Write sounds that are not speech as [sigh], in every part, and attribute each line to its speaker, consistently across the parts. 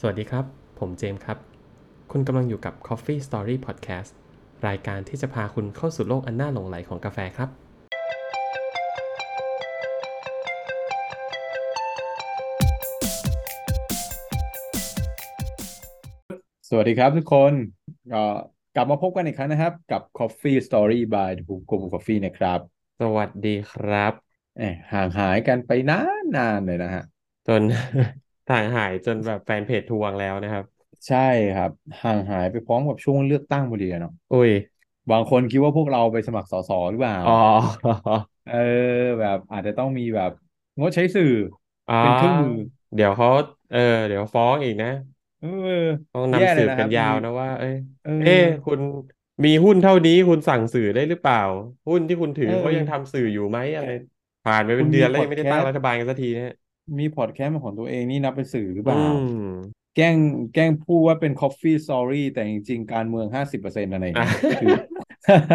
Speaker 1: สวัสดีครับ ผมเจมส์ครับ คุณกำลังอยู่กับ Coffee Story Podcast รายการที่จะพาคุณเข้าสู่โลกอันน่าหลงไหลของกาแฟครับ
Speaker 2: สวัสดีครับทุกคนก็กลับมาพบกันอีกครั้งนะครับ กับ Coffee Story by The Book of Coffee นะครับ
Speaker 1: สวัสดีครับ
Speaker 2: แหม่ห่างหายกันไปนานนานเลยนะฮะ
Speaker 1: จน [laughs] ทางหายจนแบบแฟนเพจทวงแล้วนะครับ
Speaker 2: ใช่ครับ ห่างหายไปพร้อมกับช่วงเลือกตั้งพอดีอะเนาะ
Speaker 1: อุ้ย
Speaker 2: บางคนคิดว่าพวกเราไปสมัครสสหรือเปล่า
Speaker 1: อ๋อ
Speaker 2: เออ แบบอาจจะต้องมีแบบงดใช้สื่อ
Speaker 1: อ๋อ
Speaker 2: เป็นเครื่องมือ
Speaker 1: เดี๋ยวเขาเออ เดี๋ยวฟ้องอีกนะ
Speaker 2: เออ
Speaker 1: ต้อง
Speaker 2: แย่
Speaker 1: นำ
Speaker 2: เลย
Speaker 1: สืบ
Speaker 2: นะค
Speaker 1: กั
Speaker 2: รั
Speaker 1: น
Speaker 2: บ
Speaker 1: ยาว
Speaker 2: มี
Speaker 1: นะว่า เอ้ย
Speaker 2: เออ
Speaker 1: เอ้คุณมีหุ้นเท่านี้คุณสั่งสื่อได้หรือเปล่า หุ้นที่คุณถือ
Speaker 2: เออ
Speaker 1: เขายังทำสื่ออยู่ไหมอะไร ผ่านไปเป็
Speaker 2: คุ
Speaker 1: น
Speaker 2: ณ
Speaker 1: เดื
Speaker 2: มี
Speaker 1: อนแล้ว
Speaker 2: พอ
Speaker 1: ยัง
Speaker 2: ด
Speaker 1: ไม่
Speaker 2: แค
Speaker 1: ได้ตั้ง
Speaker 2: สต์
Speaker 1: รัฐบาลกันสักทีนะฮะ
Speaker 2: มีพอดแคสต์เป็นของตัวเองนี่นับเป็นสื่อหรื
Speaker 1: อื
Speaker 2: อเปล่า
Speaker 1: ม
Speaker 2: แกล้งแกล้งพูดว่าเป็น coffee story แต่จริงๆ การเมืองห้าสิบเปอร์เซ็นต์อะไรอย่าง
Speaker 1: อ่ะ
Speaker 2: เงี้ยคือ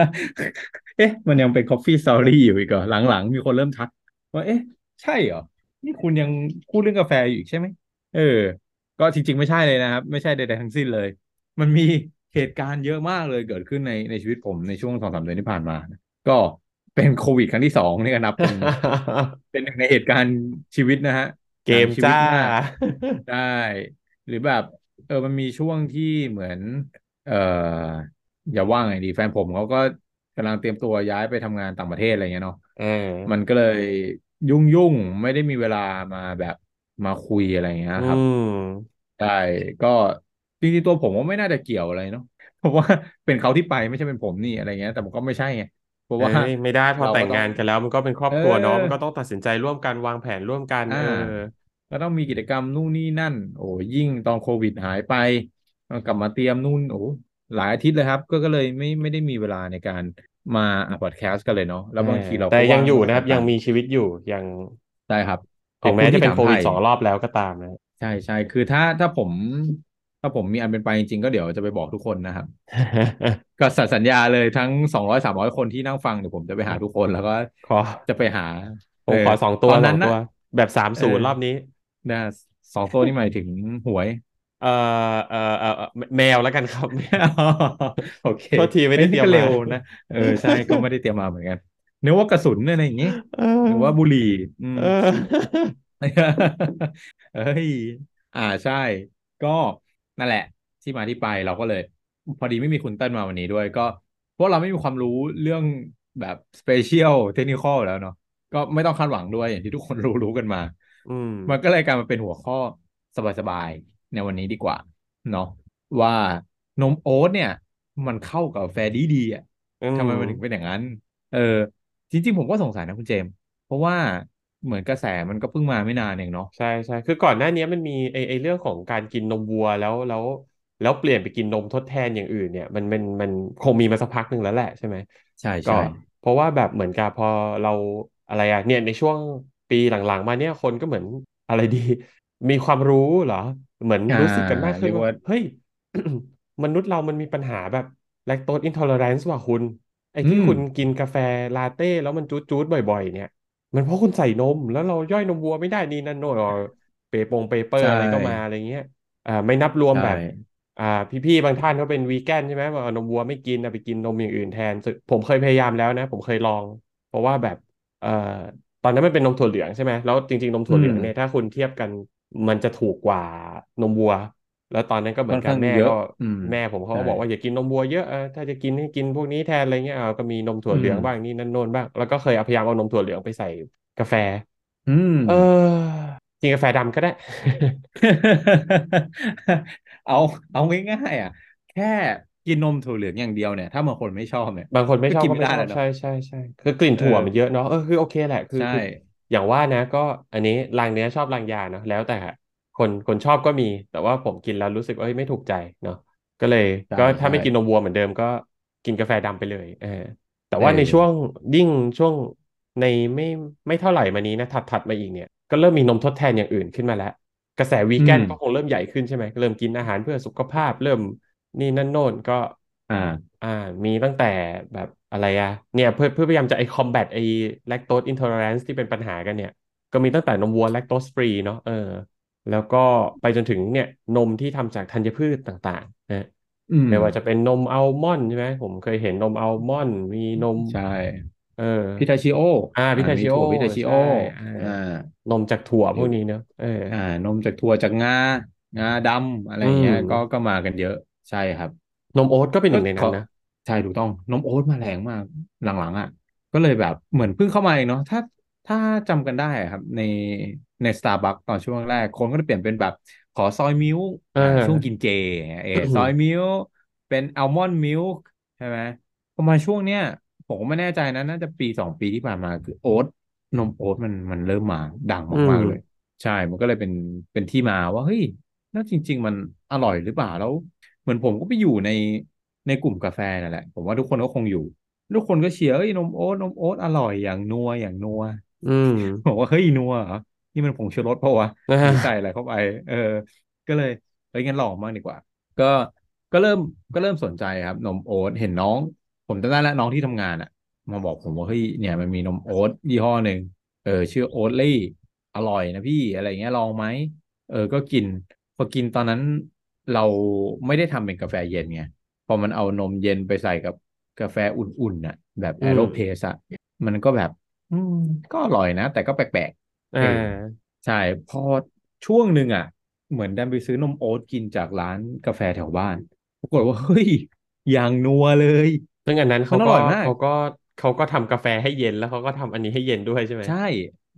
Speaker 2: เอ๊ะ [laughs] มันยังเป็น coffee story อยู่อีกเหรอหลังๆ มีคนเริ่มทัก ว่า เอ๊ะ ใช่เหรอ นี่คุณยังพูดเรื่องกาแฟอยู่อีกใช่ไหมเออ ก็จริงๆ ไม่ใช่เลยนะครับ ไม่ใช่ใดๆทั้งสิ้นเลย มันมีเหตุการณ์เยอะมากเลยเกิดขึ้นในในชีวิตผมในช่วงสองสามเดือนที่ผ่านมา ก็เป็นโควิดครั้งที่สองนี่ก็นับเป็น
Speaker 1: [laughs]
Speaker 2: เป็นหนึ่งในเหตุการณ์ชีวิตนะฮะ
Speaker 1: [laughs] เก
Speaker 2: หนัง
Speaker 1: ม
Speaker 2: ชีวิต
Speaker 1: จ้า
Speaker 2: มาก ได้ หรือแบบ เออมันมีช่วงที่เหมือน เอออย่าว่าไงดี แฟนผมเขาก็กำลังเตรียมตัวย้ายไปทำงานต่างประเทศอะไรเงี้ยเนาะ
Speaker 1: เออ
Speaker 2: มันก็เลยยุ่งยุ่งไม่ได้มีเวลามาแบบมาคุยอะไรเงี้
Speaker 1: อื
Speaker 2: ยครับ
Speaker 1: ม
Speaker 2: ใช่ก็จริงๆตัวผมว่าไม่น่าจะเกี่ยวอะไรเนาะเพราะว่าเป็นเขาที่ไปไม่ใช่เป็นผมนี่อะไรเงี้ย แต่ผมก็ไม่ใช่ไงเพราะ
Speaker 1: เอ้
Speaker 2: ว่าย
Speaker 1: ไม่ได้พอ
Speaker 2: เรา
Speaker 1: แต่
Speaker 2: ก็
Speaker 1: ง
Speaker 2: ต้อง
Speaker 1: งานกันแล้วมันก็เป็นครอ
Speaker 2: เอบ อ
Speaker 1: ครัวเนาะมันก็ต้องตัดสินใจร่วมกันวางแผนร่วมกัน
Speaker 2: อ่า
Speaker 1: เออ
Speaker 2: ก็ต้องมีกิจกรรมนู่นนี่นั่น โอ้ยิ่งตอนโควิดหายไปมันกลับมาเตรียมนู่นโอ้หลายอาทิตย์เลยครับ ก็ก็เลยไม่ไม่ได้มีเวลาในการมาอัดพอดแคสต์กันเลยเนาะแล้
Speaker 1: เอบ
Speaker 2: วาง
Speaker 1: อ
Speaker 2: ทีเรา
Speaker 1: แต่ยั
Speaker 2: ก็ว่าง ง
Speaker 1: อยู่
Speaker 2: มา
Speaker 1: นะครับ ยั
Speaker 2: ต่าง ง
Speaker 1: มีชีวิตอยู่ ยัง
Speaker 2: ๆได้ครับ ข
Speaker 1: ถึ
Speaker 2: อง บคุ
Speaker 1: แม้
Speaker 2: ณ
Speaker 1: จะ
Speaker 2: ที่
Speaker 1: เป็น
Speaker 2: ถาม
Speaker 1: โค
Speaker 2: ไท
Speaker 1: วิด
Speaker 2: ย
Speaker 1: สองรอบแล้วก็ตามนะ [laughs]
Speaker 2: ใช่ใช่คือถ้าถ้าผม ถ้าผมมีอันเป็นไปจริงๆก็เดี๋ยวจะไปบอกทุกคนนะครับ ก็สัญสัญญาเลยทั้งสองร้อยสามร้อยคนที่นั่งฟังเดี๋ยวผมจะไปหาทุกคนแล้วก็
Speaker 1: ขอ
Speaker 2: จะไปหา
Speaker 1: ผ
Speaker 2: เออ
Speaker 1: มขอสองตั
Speaker 2: ต
Speaker 1: ว
Speaker 2: อน
Speaker 1: ส
Speaker 2: นั้
Speaker 1: อน งตั
Speaker 2: นะ
Speaker 1: ว แบบสาม
Speaker 2: เออ
Speaker 1: ศูนย์รอบนี้
Speaker 2: นะสองตัวนี่หมายถึงหวย
Speaker 1: เอ่อเอ่อเอ่อเอ่อแมวแล้วกันครับแมว
Speaker 2: [laughs] โอเค
Speaker 1: โทษทีไม่
Speaker 2: เอ้
Speaker 1: ได้
Speaker 2: ย
Speaker 1: เตรี
Speaker 2: นี่
Speaker 1: ยม
Speaker 2: ก็เร็
Speaker 1: มา
Speaker 2: วนะ เออใช่ก็ไม่ได้เตรียมมาเหมือนกันนึกว่ากระสุนอะไรอย่างงี้
Speaker 1: เอ
Speaker 2: นึก
Speaker 1: อ
Speaker 2: ว่าบุหรี่ อืม
Speaker 1: เออ
Speaker 2: เอ้ย อ่าใช่ ก็นั่นแหละ ที่มาที่ไปเราก็เลย พอดีไม่มีคุณเติ้ลมาวันนี้ด้วย ก็พวกเราไม่มีความรู้เรื่องแบบสเปเชียลเทคนิคอลแล้วเนาะก็ไม่ต้องคาดหวังด้วยอย่างที่ทุกคนรู้รู้กันมา
Speaker 1: อืม
Speaker 2: มันก็เลยกลายมาเป็นหัวข้อสบายๆในวันนี้ดีกว่า เนาะว่านมโอ๊ตเนี่ย มันเข้ากับกาแฟดีๆอ่ะ
Speaker 1: อื
Speaker 2: ทำไม
Speaker 1: ม
Speaker 2: มันถึงเป็นอย่างนั้น เออ จริงๆ ผมก็สงสัยนะคุณเจมส์เพราะว่าเหมือนกระแสมันก็เพิ่งมาไม่นานเองเนาะ
Speaker 1: ใช่ใช่คือก่อนหน้านี้มันมีไอไอเรื่องของการกินนมวัวแล้วแล้ว แล้วเปลี่ยนไปกินนมทดแทนอย่างอื่นเนี่ยมันมันมันคงมีมาสักพักหนึ่งแล้วแหละใช่ไหม
Speaker 2: ใช่
Speaker 1: ก็
Speaker 2: ใช่
Speaker 1: เพราะว่าแบบเหมือนกับพอเราอะไรอะเนี่ยในช่วงปีหลังๆ มาเนี่ยคนก็เหมือนอะไรดี [laughs] มีความรู้เหรอ เหมือน
Speaker 2: อ่า
Speaker 1: รู้สึกกันมากขึ้
Speaker 2: เรี
Speaker 1: น
Speaker 2: ยก
Speaker 1: ว่า
Speaker 2: ว่า
Speaker 1: เฮ้ย [coughs] มนุษย์เรามันมีปัญหาแบบแลคโตสอินทอเลอแรนซ์ว่ะคุณ ไอ้
Speaker 2: อื
Speaker 1: ที่
Speaker 2: ม
Speaker 1: คุณกินกาแฟลาเต้แล้วมันจู๊ดๆบ่อย ๆ เนี่ย มันเพราะคุณใส่นม แล้วเราย่อยนมวัวไม่ได้นี่นั่นโน่นเปปงเปเปอร์
Speaker 2: ใช่
Speaker 1: อะไรก็มาอะไรเงี้ยอ่าไม่นับรวม
Speaker 2: ใช่
Speaker 1: แบบ อ่า พี่ๆบางท่านเขาเป็นวีแกนใช่ไหมเอานมวัวไม่กินเอาไปกินนมอย่างอื่นแทนซึ่งผมเคยพยายามแล้วนะ ผมเคยลอง เพราะว่าแบบเอ่อตอนนั้นมันเป็นนมถั่วเหลืองใช่ไหมแล้วจริงๆนม
Speaker 2: อื
Speaker 1: ถั่วเหลื
Speaker 2: ม
Speaker 1: องเนี่ยถ้าคุณเทียบกันมันจะถูกกว่านมวัว แล้วตอนนั้นก็เหมื
Speaker 2: ค่
Speaker 1: อ
Speaker 2: อน น
Speaker 1: กับ
Speaker 2: ข้าง
Speaker 1: แม่
Speaker 2: เย
Speaker 1: ก็
Speaker 2: อะ อืม
Speaker 1: แม่ผมเขา
Speaker 2: ใช่
Speaker 1: ก็บอกว่าอย่ากินนมวัวเยอะเออถ้าจะกินให้กินพวกนี้แทนอะไรเงี้ยเอาก็มีนมถั่ว
Speaker 2: อื
Speaker 1: เหลือ
Speaker 2: ม
Speaker 1: งบ้างนี่นั่นโน่นบ้างแล้วก็เคยเอาพยายามเอานมถั่วเหลืองไปใส่กาแฟ
Speaker 2: อืม
Speaker 1: เออกินกาแฟดำก็ได้
Speaker 2: เอา [laughs] เอาง่ายๆอ่ะ แค่กินนมถั่วเหลืองอย่างเดียวเนี่ย ถ้าบางคนไม่ชอบเนี่ย
Speaker 1: บางคนไม่
Speaker 2: ก็
Speaker 1: ชอบ
Speaker 2: กิน
Speaker 1: ก็
Speaker 2: ไม่
Speaker 1: ไม่
Speaker 2: ได้
Speaker 1: ชอ
Speaker 2: แล้
Speaker 1: บ
Speaker 2: วเนาะ
Speaker 1: ใช่ใช่ใช่คือกลิ่น
Speaker 2: เออ
Speaker 1: ถั่วมันเยอะเนาะเออคือโอเคแหละคือ
Speaker 2: ใช่
Speaker 1: คืออย่างว่านะ ก็อันนี้รางเนื้อชอบรางยาเนาะแล้วแต่คนคนชอบก็มี แต่ว่าผมกินแล้วรู้สึกเอ้ยไม่ถูกใจเนาะก็เลย
Speaker 2: ใช่
Speaker 1: ก็ถ้า
Speaker 2: ใช่
Speaker 1: ไม่กินนมวัวเหมือนเดิมก็กินกาแฟดำไปเลยเออแต่
Speaker 2: เออ
Speaker 1: ว่าในช่วงยิ่งช่วงในไม่ไม่เท่าไหร่มานี้นะถัดถัดมาอีกเนี่ยก็เริ่มมีนมทดแทนอย่างอื่นขึ้นมาแล้ว กระแสวี
Speaker 2: อื
Speaker 1: แก
Speaker 2: ม
Speaker 1: นก็คงเริ่มใหญ่ขึ้นใช่ไหมเริ่มกินอาหารเพื่อสุขภาพ เริ่มนี่นั่นโน่นก็
Speaker 2: อ่า
Speaker 1: อ่ามีตั้งแต่แบบอะไรอะเนี่ยเพื่อเพื่อพยายามจะไอ้ combat ไอ้ lactose intolerance ที่เป็นปัญหากันเนี่ย ก็มีตั้งแต่นมวัว lactose free เนาะเออ แล้วก็ไปจนถึงเนี่ยนมที่ทำจากธัญพืชต่างๆนะ
Speaker 2: อืม
Speaker 1: ไม่ว่าจะเป็นนมอัลมอนด์ใช่ไหมผมเคยเห็นนมอัลมอนด์มีนม
Speaker 2: ใช่
Speaker 1: เออ
Speaker 2: พิทาชิโอ
Speaker 1: อ่าพิทาชิโอ
Speaker 2: มีถั่วพิทาชิโอ
Speaker 1: ใช่อ่า
Speaker 2: อ่า
Speaker 1: นมจากถั่วพวกนี้เนอะเออ
Speaker 2: อ่านมจากถั่วจากงางาดำอะไรอย่างเงี้ย
Speaker 1: อืม
Speaker 2: ก็ก็มากันเยอะใช่ครับ
Speaker 1: นมโอ๊ตก็เป็นหนึ่งในนั้
Speaker 2: ก็
Speaker 1: นนะ
Speaker 2: ใช่ถูกต้องนมโอ๊ตมาแรงมากหลังๆอ่ะ ก็เลยแบบเหมือนเพิ่งเข้ามาเองเนาะถ้าถ้าจำกันได้อะครับ ในในสตาร์บัคตอนช่วงแรกคนก็จะเปลี่ยนเป็นแบบขอซอยมิ้ว
Speaker 1: เอออ่
Speaker 2: ช่วงกินเจเออ
Speaker 1: อืม
Speaker 2: ซอยมิ้วเป็นอัลมอนด์มิ้วใช่ไหมพอมาช่วงเนี้ยผมก็ไม่แน่ใจนะน่าจะปีสองปีที่ผ่านมาคือโอ๊ตนมโอ๊ตมันมันเริ่มมาดัง
Speaker 1: อืม
Speaker 2: มากๆเลย ใช่ มันก็เลยเป็น เป็นที่มาว่า เฮ้ยน่าจริง ๆ มันอร่อยหรือเปล่า แล้ว เหมือนผมก็ไปอยู่ใน ในกลุ่มกาแฟนั่นแหละ ผมว่าทุกคนก็คงอยู่ ทุกคนก็เชียร์เอ้ยนมโอ๊ตนมโอ๊ตอร่อยอย่างนัว อย่างนัว
Speaker 1: อืม
Speaker 2: บอกว่าเฮ้ยนัวเหรอนี่มันผงชูรสเพราะวะ
Speaker 1: อ่า
Speaker 2: หรือใส่อะไรเข้าไป เออ ก็เลยเฮ้ยงั้นลองบ้างดีกว่า ก็ก็เริ่มก็เริ่มสนใจครับ นมโอ๊ตเห็นน้อง ผมจำได้แล้วน้องที่ทำงานอ่ะ มาบอกผมว่าเฮ้ยเนี่ยมันมีนมโอ๊ตยี่ห้อหนึ่งเออ ชื่อโอ๊ตลี่อร่อยนะพี่อะไรเงี้ยลองไหมเออ ก็กิน พอกินตอนนั้นเราไม่ได้ทำเป็นกาแฟเย็นไงพอมันเอานมเย็นไปใส่กับกาแฟอุ่นๆน่ะ แบบ
Speaker 1: อืม
Speaker 2: แอโรเพสอะมันก็แบบ อืมก็อร่อยนะ แต่ก็แปลกๆ
Speaker 1: อ่า
Speaker 2: เออใช่ พอช่วงหนึ่งอ่ะ เหมือนดันไปซื้อนมโอ๊ตกินจากร้านกาแฟแถวบ้านปรากฏว่าเฮ้ยอย่างนัวเลย
Speaker 1: ซึ่งอันนั้น
Speaker 2: มั
Speaker 1: เขา
Speaker 2: นอ
Speaker 1: ก็
Speaker 2: ร่อยมาก
Speaker 1: เขาก็เขาก็ทำกาแฟให้เย็นแล้วเขาก็ทำอันนี้ให้เย็นด้วยใช่ไหม
Speaker 2: ใช่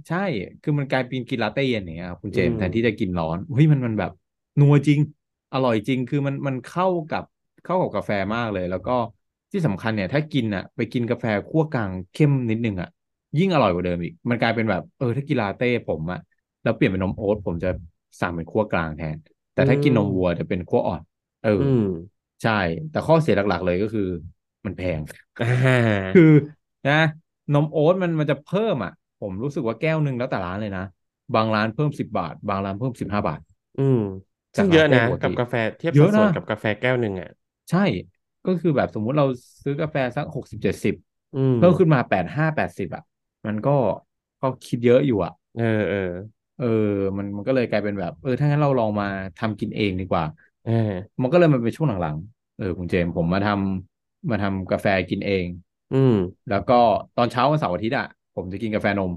Speaker 2: ใช่ คือมันกลายเป็นกินลาเต้เย็นอย่างเงี้ยครับคุณ
Speaker 1: อื
Speaker 2: เจมส์
Speaker 1: ม
Speaker 2: แทนที่จะกินร้อนเฮ้ยมันมันแบบ นัวจริง อร่อยจริง คือมันมันเข้ากับเข้ากับกาแฟมากเลย แล้วก็ที่สำคัญเนี่ย ถ้ากินอ่ะ ไปกินกาแฟคั่วกลางเข้มนิดนึงอ่ะ ยิ่งอร่อยกว่าเดิมอีก มันกลายเป็นแบบเออถ้ากินลาเต้ผมอ่ะแล้วเปลี่ยนเป็นนมโอ๊ตผมจะสั่งเป็นคั่วกลางแทน แต่ถ้ากินนมวัวจะเป็นคั่วอ่อน เออ
Speaker 1: อืม [laughs]
Speaker 2: ใช่ แต่ข้อเสียหลักๆเลยก็คือ มันแพง
Speaker 1: อ่า
Speaker 2: คือนะ นมโอ๊ตมันมันจะเพิ่มอ่ะ ผมรู้สึกว่าแก้วหนึ่งแล้วแต่ร้านเลยนะ บางร้านเพิ่มสิบบาท บางร้านเพิ่มสิบห้าบาท
Speaker 1: อืม
Speaker 2: จา
Speaker 1: ซึ่ง
Speaker 2: ก
Speaker 1: เย
Speaker 2: ลา
Speaker 1: อะ
Speaker 2: เต้
Speaker 1: นะ
Speaker 2: ปก
Speaker 1: กับ
Speaker 2: ติ
Speaker 1: กาแฟเทียบ
Speaker 2: เย
Speaker 1: สั
Speaker 2: อะ
Speaker 1: ดส่
Speaker 2: นะ
Speaker 1: วนกับกาแฟแก้วหนึ่งอ่ะ
Speaker 2: ใช่ ก็คือแบบสมมุติเราซื้อกาแฟสักหกสิบเจ็ดสิบ
Speaker 1: อืม
Speaker 2: เพิ่มขึ้นมาแปดห้าแปดสิบอ่ะ มันก็ก็คิดเยอะอยู่อ่ะ
Speaker 1: เออเออ
Speaker 2: เออ มันมันก็เลยกลายเป็นแบบ เออ ถ้างั้นเราลองมาทำกินเองดีกว่า
Speaker 1: เออ
Speaker 2: มันก็เลยมาเป็นช่วงหลังๆ เออคุณเจมส์ผมมาทำมาทำกาแฟกินเอง
Speaker 1: อืม
Speaker 2: แล้วก็ตอนเช้าวันเสาร์อาทิตย์อ่ะ ผมจะกินกาแฟนม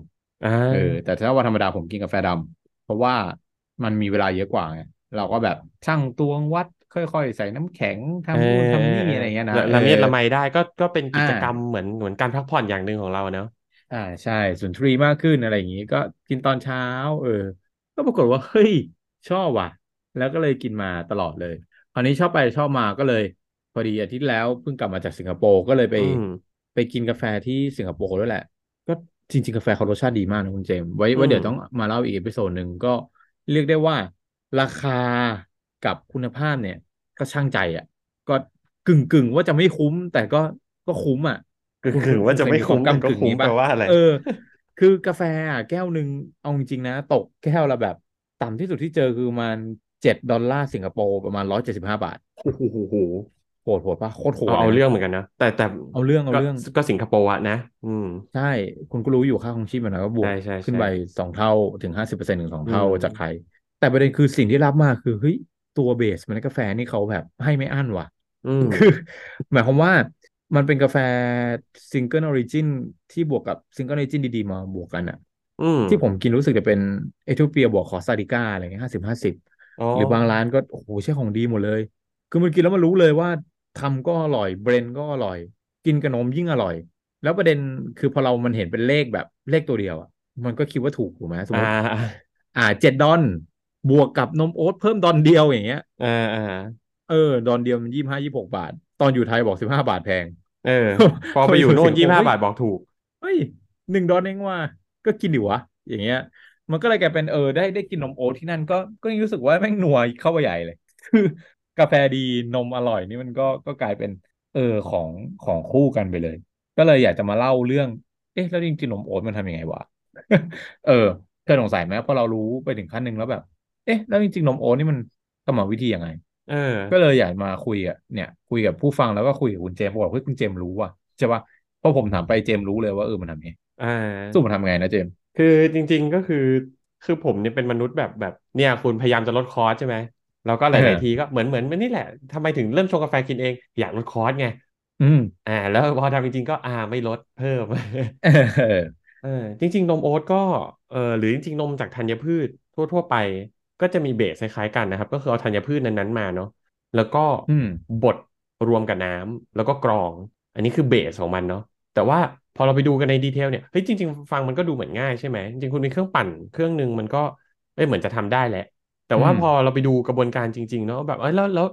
Speaker 1: อ่า
Speaker 2: เออแต่ถ้าวันธรรมดาผมกินกาแฟดำเพราะว่ามันมีเวลาเยอะกว่าไงเราก็แบบชั่งตวงวัดค่อยๆ ใส่น้ำแข็ง
Speaker 1: เออ
Speaker 2: ทำนู่นทำ
Speaker 1: เออเออ
Speaker 2: นี่อะไรเงี้ย
Speaker 1: ละ
Speaker 2: นะเออ
Speaker 1: ละเมียดละไมได้ก็ก็เป็น
Speaker 2: อ่า
Speaker 1: กิจกรรมเหมือนเหมือนการพักผ่อนอย่างหนึ่งของเราเนอะ
Speaker 2: อ่าใช่สุนทรีมากขึ้นอะไรอย่างนี้ก็กินตอนเช้า เออ ก็ปรากฏว่าเฮ้ยชอบว่ะ แล้วก็เลยกินมาตลอดเลยคราวนี้ชอบไปชอบมาก็เลย พอดีอาทิตย์แล้วเพิ่งกลับมาจากสิงคโปร์ก็เลยไป
Speaker 1: อืม
Speaker 2: ไปกินกาแฟที่สิงคโปร์ด้วยแหละ ก็จริง ๆ กาแฟเขารสชาติดีมากนะคุณเจมส์ไว้
Speaker 1: อื
Speaker 2: ไว้
Speaker 1: ม
Speaker 2: เดี๋ยวต้องมาเล่าอีกเอพิโซดหนึ่งก็เรียกได้ว่า ราคากับคุณภาพเนี่ย ก็ช่างใจอ่ะ ก็กึ่งกึ่งว่าจะไม่คุ้ม แต่ก็ก็คุ้มอ่ะ
Speaker 1: กึ่ง
Speaker 2: คุณ
Speaker 1: ก
Speaker 2: คุณ
Speaker 1: ว่า
Speaker 2: คุณ
Speaker 1: จะ
Speaker 2: เคย
Speaker 1: ไม่
Speaker 2: มีค
Speaker 1: คุ้
Speaker 2: วาม
Speaker 1: มแต่
Speaker 2: ก้ำ
Speaker 1: ก็
Speaker 2: กึ่ง
Speaker 1: คุ้ม
Speaker 2: นี้
Speaker 1: แปล
Speaker 2: ป่ะ
Speaker 1: ว่าอะไร
Speaker 2: เออ คือกาแฟอ่ะแก้วหนึ่งเอาจริงๆนะ ตกแก้วละแบบ ต่ำที่สุดที่เจอคือประมาณเจ็ดดอลลาร์สิงคโปร์ประมาณร้อยเจ็ดสิบห้าบาท
Speaker 1: โอ้โห
Speaker 2: โหดโหดป่ะโคตรโห
Speaker 1: เอา
Speaker 2: ดเล
Speaker 1: เอา
Speaker 2: ยนะ
Speaker 1: เรื่องเหมือนกันนะแต่แต่
Speaker 2: เอาเรื่องเอา
Speaker 1: ก็
Speaker 2: เรื่อง
Speaker 1: ก็สิงคโปร์อะนะ อืม
Speaker 2: ใช่ คุณก็รู้อยู่ค่าครองชีพมันนะก็บว
Speaker 1: ใช่
Speaker 2: ก
Speaker 1: ใช่
Speaker 2: ขึ้น
Speaker 1: ใช่
Speaker 2: ไปสองเท่าถึงห้าสิบเปอร์เซ็นต์ถึงสอง
Speaker 1: อื
Speaker 2: เท่าม จากไทย แต่ประเด็นคือสิ่งที่รับมาคือเฮ้ยตัวเบสมันกาแฟนี่เขาแบบให้ไม่อั้นว่ะ
Speaker 1: อืม
Speaker 2: คือ หมายความว่ามันเป็นกาแฟซิงเกิลออริจินที่บวกกับซิงเกิลออริจินดีๆ มาบวกกันอะ
Speaker 1: อืม
Speaker 2: ที่ผมกินรู้สึกจะเป็นเอธิโอเปียบวกคอสตาริกาอะไรเงี้ยห้าสิบห้าสิบ
Speaker 1: อ๋อ
Speaker 2: หรือบางร้านก็โอ้โหใช่ของดีหมดเลย คือมันกินแล้วมันรู้เลยว่าทำก็อร่อยเบรนก็อร่อย กินกับนมยิ่งอร่อย แล้วประเด็นคือพอเรามันเห็นเป็นเลขแบบเลขตัวเดียวอ่ะมันก็คิดว่าถูกถูกไหมสม
Speaker 1: อ่าม
Speaker 2: ติ อ่าเจ็ดดอนบวกกับนมโอ๊ตเพิ่มดอนเดียวอย่างเงี้ย
Speaker 1: อ่าอ่า
Speaker 2: เออ ดอนเดียวมันยี่ห้ายี่หกบาท ตอนอยู่ไทยบอกสิบห้าบาทแพง
Speaker 1: เออ พอ
Speaker 2: พอ
Speaker 1: ไป
Speaker 2: อ
Speaker 1: อยู่
Speaker 2: ยู่
Speaker 1: โน่
Speaker 2: สิ
Speaker 1: น
Speaker 2: งคโป
Speaker 1: ยี่
Speaker 2: ร์
Speaker 1: ห้า
Speaker 2: เฮ้ย
Speaker 1: บาทบอกถูก
Speaker 2: เฮ้ยหนึ่งดอนเองว่ะก็กินดิวะ อย่างเงี้ย มันก็เลยกลายเป็นเออได้ได้กินนมโอ๊ตที่นั่นก็ก็ยังรู้สึกว่าแม่งนัวเข้าไปใหญ่เลย [laughs] คือกาแฟดีนมอร่อยนี่มันก็ก็กลายเป็น เออของของคู่กันไปเลย ก็เลยอยากจะมาเล่าเรื่อง เอ๊ะแล้วจริงๆนมโอ๊ตมันทำยังไงวะ [laughs] เออเคยสงสัยไหมพอเรารู้ไปถึงขั้นหนึ่งแล้วแบบ เอ๊ะแล้วจริงๆนมโอ๊ตนี่มันกรรมวิธียังไง
Speaker 1: เออ
Speaker 2: ก็เลยอยากมาคุยอ่ะเนี่ย คุยกับผู้ฟังแล้วก็คุยกับคุณเจมส์บอกว่าเฮ้ยคุณเจมส์รู้ว่ะใช่ป่ะเพราะผมถามไปเจมส์รู้เลยว่าเออมันทำไง
Speaker 1: อ่า
Speaker 2: สู้มันทำไงนะเจมส์
Speaker 1: คือจริงๆก็คือ คือผมเนี่ยเป็นมนุษย์แบบแบบเนี่ยคุณพยายามจะลดคอร์สใช่ไหมแล้วก็ห
Speaker 2: เออ
Speaker 1: ลาย ๆ ทีก็เหมือนเหมือนมันนี่แหละทำไมถึงเริ่มชงกาแฟกินเอง อยากลดคอร์สไง
Speaker 2: อืม
Speaker 1: อ่า แล้วพอทำจริง ๆ ก็อ่าไม่ลดเพิ่ม [laughs]
Speaker 2: เออ
Speaker 1: เออจริง ๆ นมโอ๊ตก็เออหรือจริง ๆ นมจากธัญพืชทั่ว ๆ ไป ก็จะมีเบสคล้ายๆกันนะครับ ก็คือเอาธัญพืชนั้นๆมาเนาะแล้วก็
Speaker 2: อืม
Speaker 1: บดรวมกับน้ำแล้วก็กรอง อันนี้คือเบสของมันเนาะแต่ว่าพอเราไปดูกันในดีเทลเนี่ยเฮ้ยจริง ๆ ฟังมันก็ดูเหมือนง่ายใช่ไหมจริงๆคุณมีเครื่องปั่นเครื่องหนึ่งมันก็เอ้ยเหมือนจะทำได้แหละ แต่
Speaker 2: อื
Speaker 1: ว่าม พอเราไปดูกระบวนการจริง ๆ เนาะแบบเอ้ยแล้วแล้ว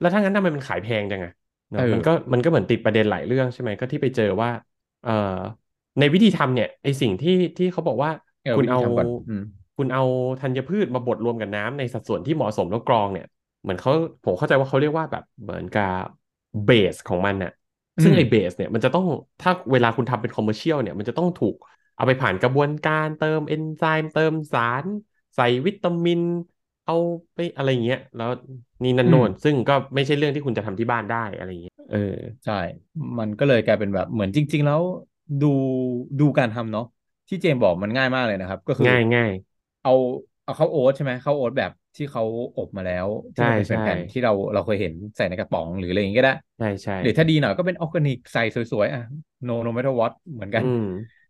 Speaker 1: แล้วถ้างั้นทำไมมันขายแพงจังอะ
Speaker 2: เอ
Speaker 1: เนาะ
Speaker 2: อ
Speaker 1: มันก็มันก็เหมือนติดประเด็นหลายเรื่องใช่ไหมก็ที่ไปเจอว่าเอ่อ ในวิธีทำเนี่ยไอสิ่งที่ที่เขาบอกว่า
Speaker 2: เออ
Speaker 1: คุณ
Speaker 2: วิธี
Speaker 1: เอา
Speaker 2: ทำก่อน อืม
Speaker 1: คุณเอาธัญพืชมาบดรวมกับน้ำในสัดส่วนที่เหมาะสมแล้วกรองเนี่ย เหมือนเขาผมเข้าใจว่าเขาเรียกว่าแบบเหมือนกับเบสของมันน่ะ
Speaker 2: อื
Speaker 1: ซึ่ง
Speaker 2: ม
Speaker 1: ไอเบสเนี่ยมันจะต้องถ้าเวลาคุณทำเป็นคอมเมอร์เชียลเนี่ยมันจะต้องถูกเอาไปผ่านกระบวนการเติมเอนไซม์เติมสาร ใส่วิตามิน เอาไปอะไรอย่างเงี้ยแล้วนี่นั่น
Speaker 2: อื
Speaker 1: โน่
Speaker 2: ม
Speaker 1: นซึ่งก็ไม่ใช่เรื่องที่คุณจะทำที่บ้านได้อะไรอย่างเงี้ยเออ
Speaker 2: ใช่ มันก็เลยกลายเป็นแบบเหมือนจริง ๆ แล้วดูดูการทำเนาะที่เจมส์บอกมันง่ายมากเลยนะครับ ก็คือ
Speaker 1: ง่ายง่าย
Speaker 2: เอาเอาข้าวโอ๊ตใช่ไหมข้าวโอ๊ตแบบที่เขาอบมาแล้วที่
Speaker 1: ใช่
Speaker 2: มัน
Speaker 1: ใช่
Speaker 2: เป็นแผ่นๆที่เราเราเคยเห็นใส่ในกระป๋องหรืออะไรอย่างนี้ก็ได้
Speaker 1: ใช่ใช่
Speaker 2: หรือถ้าดีหน่อยก็เป็นออร์แกนิกใส่สวยๆอ่ะ no no matter what เหมือนกั
Speaker 1: อื
Speaker 2: น
Speaker 1: ม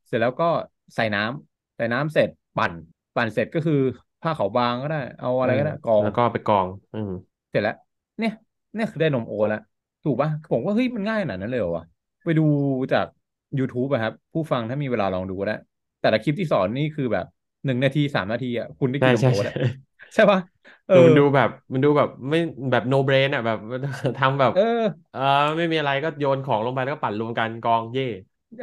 Speaker 2: เสร็จแล้วก็ใส่น้ำใส่น้ำเสร็จปั่น ปั่นเสร็จก็คือผ้าขาวบางก็ได้ เอา
Speaker 1: เอ
Speaker 2: อะ
Speaker 1: อ
Speaker 2: ไรก็ได้กรอ
Speaker 1: แล้
Speaker 2: ง
Speaker 1: วก็ไปกรอง อืม
Speaker 2: เสร็จแล้ว เนี่ย เนี่ยคือได้นมโอตแล้ว ถูกป่ะผมว่าเฮ้ยมันง่ายขนาดนั้นเลยเหรอวะไปดูจาก YouTube อะครับ ผู้ฟังถ้ามีเวลาลองดูก็ได้แต่ละคลิปที่สอนนี่คือแบบหนึ่งนาทีสามนาทีอ่ะคุณได้
Speaker 1: ใช่ใช่
Speaker 2: กินนม
Speaker 1: ใช่
Speaker 2: โอตแล้วใช่ป่ะเอ
Speaker 1: ดู
Speaker 2: อ
Speaker 1: มันดูแบบมันดูแบบไม่แบบโนเบรนอ่ะแบบ [laughs] ทำแบบ
Speaker 2: เออ
Speaker 1: เออไม่มีอะไรก็โยนของลงไปแล้วก็ปั่นรวมกันกองเย่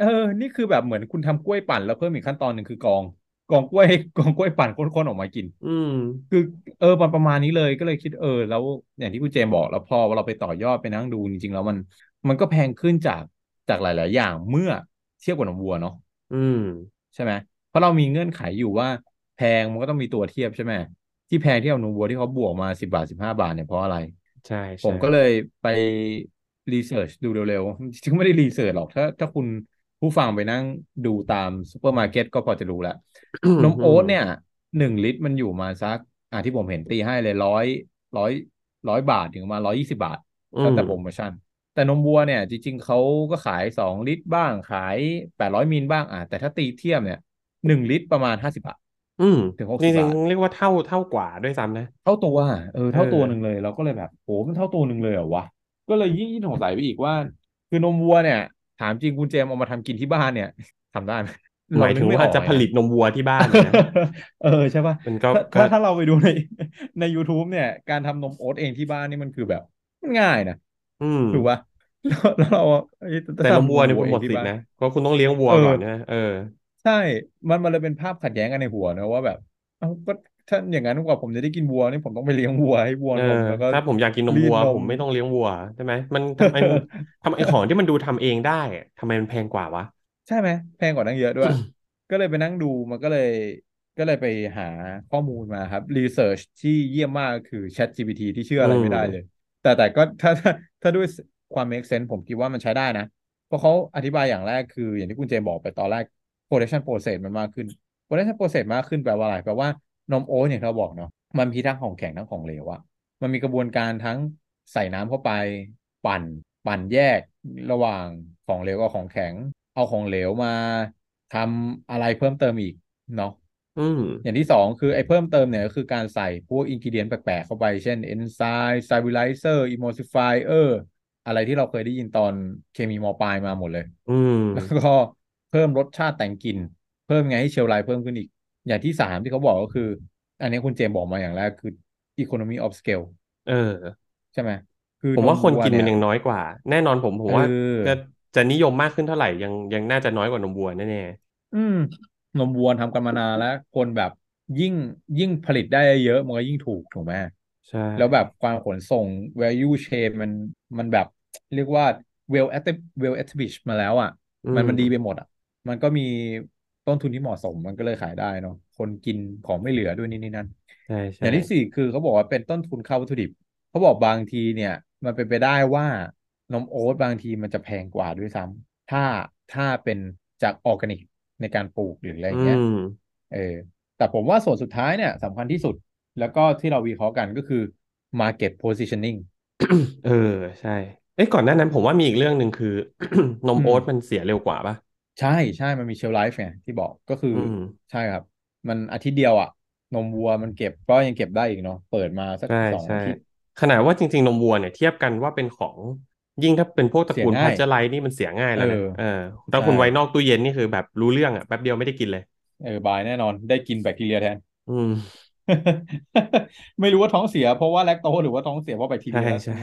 Speaker 2: เออ นี่คือแบบเหมือนคุณทำกล้วยปั่นแล้วเพิ่มอีกขั้นตอนหนึ่งคือกรองกรองกล้วย [laughs] กรองกล้วยปั่นข้นๆออกมากิน
Speaker 1: อืม
Speaker 2: คือเออมันประมาณนี้เลยก็เลยคิดเออ แล้วอย่างที่คุณเจมส์บอกแล้วพอเราไปต่อยอดไปนั่งดูจริงๆแล้วมัน มันก็แพงขึ้นจากจากหลาย ๆ อย่างเมื่อเทียบกับนมวัวเนาะ
Speaker 1: อืม
Speaker 2: ใช่ไหมเพราะเรามีเงื่อนไขอยู่ว่าแพงมันก็ต้องมีตัวเทียบใช่ไหมที่แพงที่เอานมวัวที่เขาบวกมาสิบบาทสิบห้าบาทเนี่ยเพราะอะไร
Speaker 1: ใช่
Speaker 2: ผ
Speaker 1: ใช่
Speaker 2: มก็เลยไปรีเสิร์ชดูเร็วๆจริงๆไม่ได้รีเสิร์ชหรอกถ้า ถ้าคุณผู้ฟังไปนั่งดูตามซูเปอร์มาร์เก็ตก็พอจะรู้แล้ว
Speaker 1: อืม
Speaker 2: นม
Speaker 1: อื
Speaker 2: โอ๊
Speaker 1: ม
Speaker 2: ตเนี่ยหนึ่งลิตรมันอยู่มาสักอ่ะที่ผมเห็นตีให้เลยร้อยร้อยร้อยบาทถึงประมาร้อยยี่สิบบาท
Speaker 1: อื
Speaker 2: แล้ว
Speaker 1: ม
Speaker 2: แต่โปรโมชั่น แต่นมวัวเนี่ย จริง ๆเขาก็ขายสองลิตรบ้างขายแปดร้อยมิลบ้างอ่ะแต่ถ้าตีเทียบเนี่ยหนึ่งลิตรประมาณห้าสิบบาท
Speaker 1: อืม
Speaker 2: ถึงหก
Speaker 1: จ
Speaker 2: สิ
Speaker 1: ริ
Speaker 2: บ
Speaker 1: ง
Speaker 2: บาท
Speaker 1: ๆเรียกว่าเท่าเท่ากว่าด้วยซ้ำนะ
Speaker 2: เท่าตัวอะเอ
Speaker 1: เอ
Speaker 2: อ
Speaker 1: อ
Speaker 2: เท่าตัวหนึ่งเลยเราก็เลยแบบโหมันเท่าตัวหนึ่งเลยเหรอวะก็เลยยิ่งยิ่งสงสัยไปอีกว่า คือนมวัวเนี่ย ถามจริงคุณเจมส์เอามาทำกินที่บ้านเนี่ยทำได้ไหม
Speaker 1: ห
Speaker 2: เรา
Speaker 1: มาย
Speaker 2: นึ
Speaker 1: ถึ
Speaker 2: ก
Speaker 1: ง
Speaker 2: ไม่
Speaker 1: ว่า
Speaker 2: ออก
Speaker 1: จะ
Speaker 2: เล
Speaker 1: ผ
Speaker 2: ย
Speaker 1: ลิ
Speaker 2: นะ
Speaker 1: ตนมวัวที่บ้านเนี่ยนะ
Speaker 2: [laughs] เออใช่ป่ะ
Speaker 1: มันก็
Speaker 2: ถ้า
Speaker 1: ก็
Speaker 2: ถ้าถ้าเราไปดูในใน YouTube เนี่ย การทำนมโอ๊ตเองที่บ้านนี่มันคือแบบ มันง่ายนะ
Speaker 1: อืม
Speaker 2: ถูกป่ะ [laughs] แล้วแล้วเราเอ้ย
Speaker 1: แต่
Speaker 2: ถ้าน
Speaker 1: มวัว
Speaker 2: ทำนม
Speaker 1: เนี่ย
Speaker 2: วัว
Speaker 1: คุณหมด
Speaker 2: เองที่
Speaker 1: สิท
Speaker 2: บ้า
Speaker 1: ธิ์
Speaker 2: น
Speaker 1: นะเพราะคุณต้องเลี้ยงวั
Speaker 2: เอ
Speaker 1: ว
Speaker 2: อ
Speaker 1: ก่อนนะเออ
Speaker 2: ใช่ มันมันเลยเป็นภาพขัดแย้งกันในหัวนะว่าแบบ เอ้าก็ถ้าอย่างนั้นกว่าผมจะได้กินวัวนี่ผมต้องไปเลี้ยงวัวให้วัว
Speaker 1: เออน
Speaker 2: มแล้วก็
Speaker 1: ถ้าผมอยากกินนม
Speaker 2: รี
Speaker 1: วั
Speaker 2: ด
Speaker 1: วน ผม มไม่ต้องเลี้ยงวัวใช่ไหมมัน
Speaker 2: [laughs]
Speaker 1: ทำไมมันทำไอของที่มันดูทำเองได้อะทำไมมันแพงกว่าวะ
Speaker 2: ใช่ไหมแพงกว่านั้งเยอะด้วย ก็เลยไปนั่งดูมันก็เลย ก็เลยไปหาข้อมูลมาครับรีเสิร์ชที่เยี่ยมมากคือ ChatGPT ที่เชื่อ
Speaker 1: อื
Speaker 2: อะไร
Speaker 1: ม
Speaker 2: ไม่ได้เลย แต่แต่ก็ [laughs] ถ้าถ้าถ้าด้วยความ make sense ผมคิดว่ามันใช้ได้นะ เพราะเขาอธิบายอย่างแรกคือ อย่างที่คุณเจมบอกไปตอนแรก production process มันมากขึ้น production process มากขึ้นแปลว่าอะไรแปลว่านมโอ๊ตอย่างที่เราบอกเนาะมันมีทั้งของแข็งทั้งของเหลวอะ มันมีกระบวนการทั้งใส่น้ำเข้าไป ปั่น ปั่นแยกระหว่างของเหลวกับของแข็ง เอาของเหลวมาทำอะไรเพิ่มเติมอีกเนาะ
Speaker 1: อืม
Speaker 2: อย่างที่สองคือไอ้เพิ่มเติมเนี่ยก็คือการใส่พวกอินกิเดียนแปลกๆเข้าไป เช่นเอนไซม์สต a บิ i ไลเซอร์อิโมซิฟายเออร์อะไรที่เราเคยได้ยินตอนเคมีมปลายมาหมดเลย
Speaker 1: อืม
Speaker 2: [laughs] แล้วก็เพิ่มรสชาติแต่งกลิ่นเพิ่มไงให้เชลไลน์เพิ่มขึ้นอีก อย่างที่สามที่เขาบอกก็คือ อันนี้คุณเจมส์บอกมาอย่างแรกคือ economy of scale
Speaker 1: เออ
Speaker 2: ใช่ไหม คือ
Speaker 1: ผม
Speaker 2: นม
Speaker 1: ว่าคน
Speaker 2: วัว
Speaker 1: กิน
Speaker 2: เนี่
Speaker 1: มัน
Speaker 2: ย
Speaker 1: ยังน้อยกว่า แน่นอนผมผ
Speaker 2: เอ
Speaker 1: ม
Speaker 2: อ
Speaker 1: ว่าจะจะนิยมมากขึ้นเท่าไหร่ยังยังน่าจะน้อยกว่านมวัวแน่
Speaker 2: อืม นมวัวทำกันมานานแล้ว คนแบบยิ่งยิ่งผลิตได้เยอะ มันก็ยิ่งถูกถูกไหม
Speaker 1: ๆใช่
Speaker 2: แล้วแบบความขนส่ง value chain มันมันแบบ เรียกว่า well estab- well established มาแล้วอ่ะ
Speaker 1: อื
Speaker 2: มัน
Speaker 1: ม
Speaker 2: มันดีไปหมดอ่ะ มันก็มีต้นทุนที่เหมาะสมมันก็เลยขายได้เนาะคนกินของไม่เหลือด้วยนี่นี่นั่น
Speaker 1: ใช่
Speaker 2: อ
Speaker 1: ใช่
Speaker 2: ย่างที่สี่คือเขาบอกว่าเป็นต้นทุนค่าวัตถุดิบ เขาบอกบางทีเนี่ย มันเป็นไปได้ว่านมโอ๊ตบางทีมันจะแพงกว่าด้วยซ้ำถ้าถ้าเป็นจากออร์แกนิกในการปลูกหรืออะไร
Speaker 1: อื
Speaker 2: เงี้ย
Speaker 1: ม [coughs]
Speaker 2: เออ แต่ผมว่าส่วนสุดท้ายเนี่ยสำคัญที่สุด แล้วก็ที่เราวิเคราะห์กันก็คือ market positioning
Speaker 1: เออใช่ เอ้ยก่อนหน้านั้นผมว่ามีอีกเรื่องหนึ่งคือ [coughs] นม
Speaker 2: อืม
Speaker 1: โอ๊ตมันเสียเร็วกว่าป่ะ
Speaker 2: ใช่ใช่มันมีเชลไลฟ์ไงที่บอกก็คือ
Speaker 1: อืม
Speaker 2: ใช่ครับ มันอาทิตย์เดียวอ่ะ นมวัวมันเก็บก็ยังเก็บได้อีกเนาะเปิดมาสัก
Speaker 1: ใช่
Speaker 2: สอง
Speaker 1: ใช่
Speaker 2: อาทิตย์
Speaker 1: ขนาดว่าจริง ๆ นมวัวเนี่ยเทียบกันว่าเป็นของยิ่งถ้าเป็นพวกตระ
Speaker 2: เสีย
Speaker 1: กูล
Speaker 2: ง่า
Speaker 1: พั
Speaker 2: ย
Speaker 1: ชเจอไรนี่มันเสียง่ายแล้วนะ
Speaker 2: เออ
Speaker 1: เออถ้าคุณ
Speaker 2: ใช่
Speaker 1: ไว้นอกตู้เย็นนี่คือแบบรู้เรื่องอ่ะแป๊บเดียวไม่ได้กินเลย
Speaker 2: เออบายแน่นอนได้กินแบคทีเรียแทน [laughs]
Speaker 1: อืม
Speaker 2: ไม่รู้ว่าท้องเสียเพราะว่าแลคโตสหรือว่าท้องเสียเพราะแบคที
Speaker 1: ใช่
Speaker 2: เรียแล้ว
Speaker 1: ใช่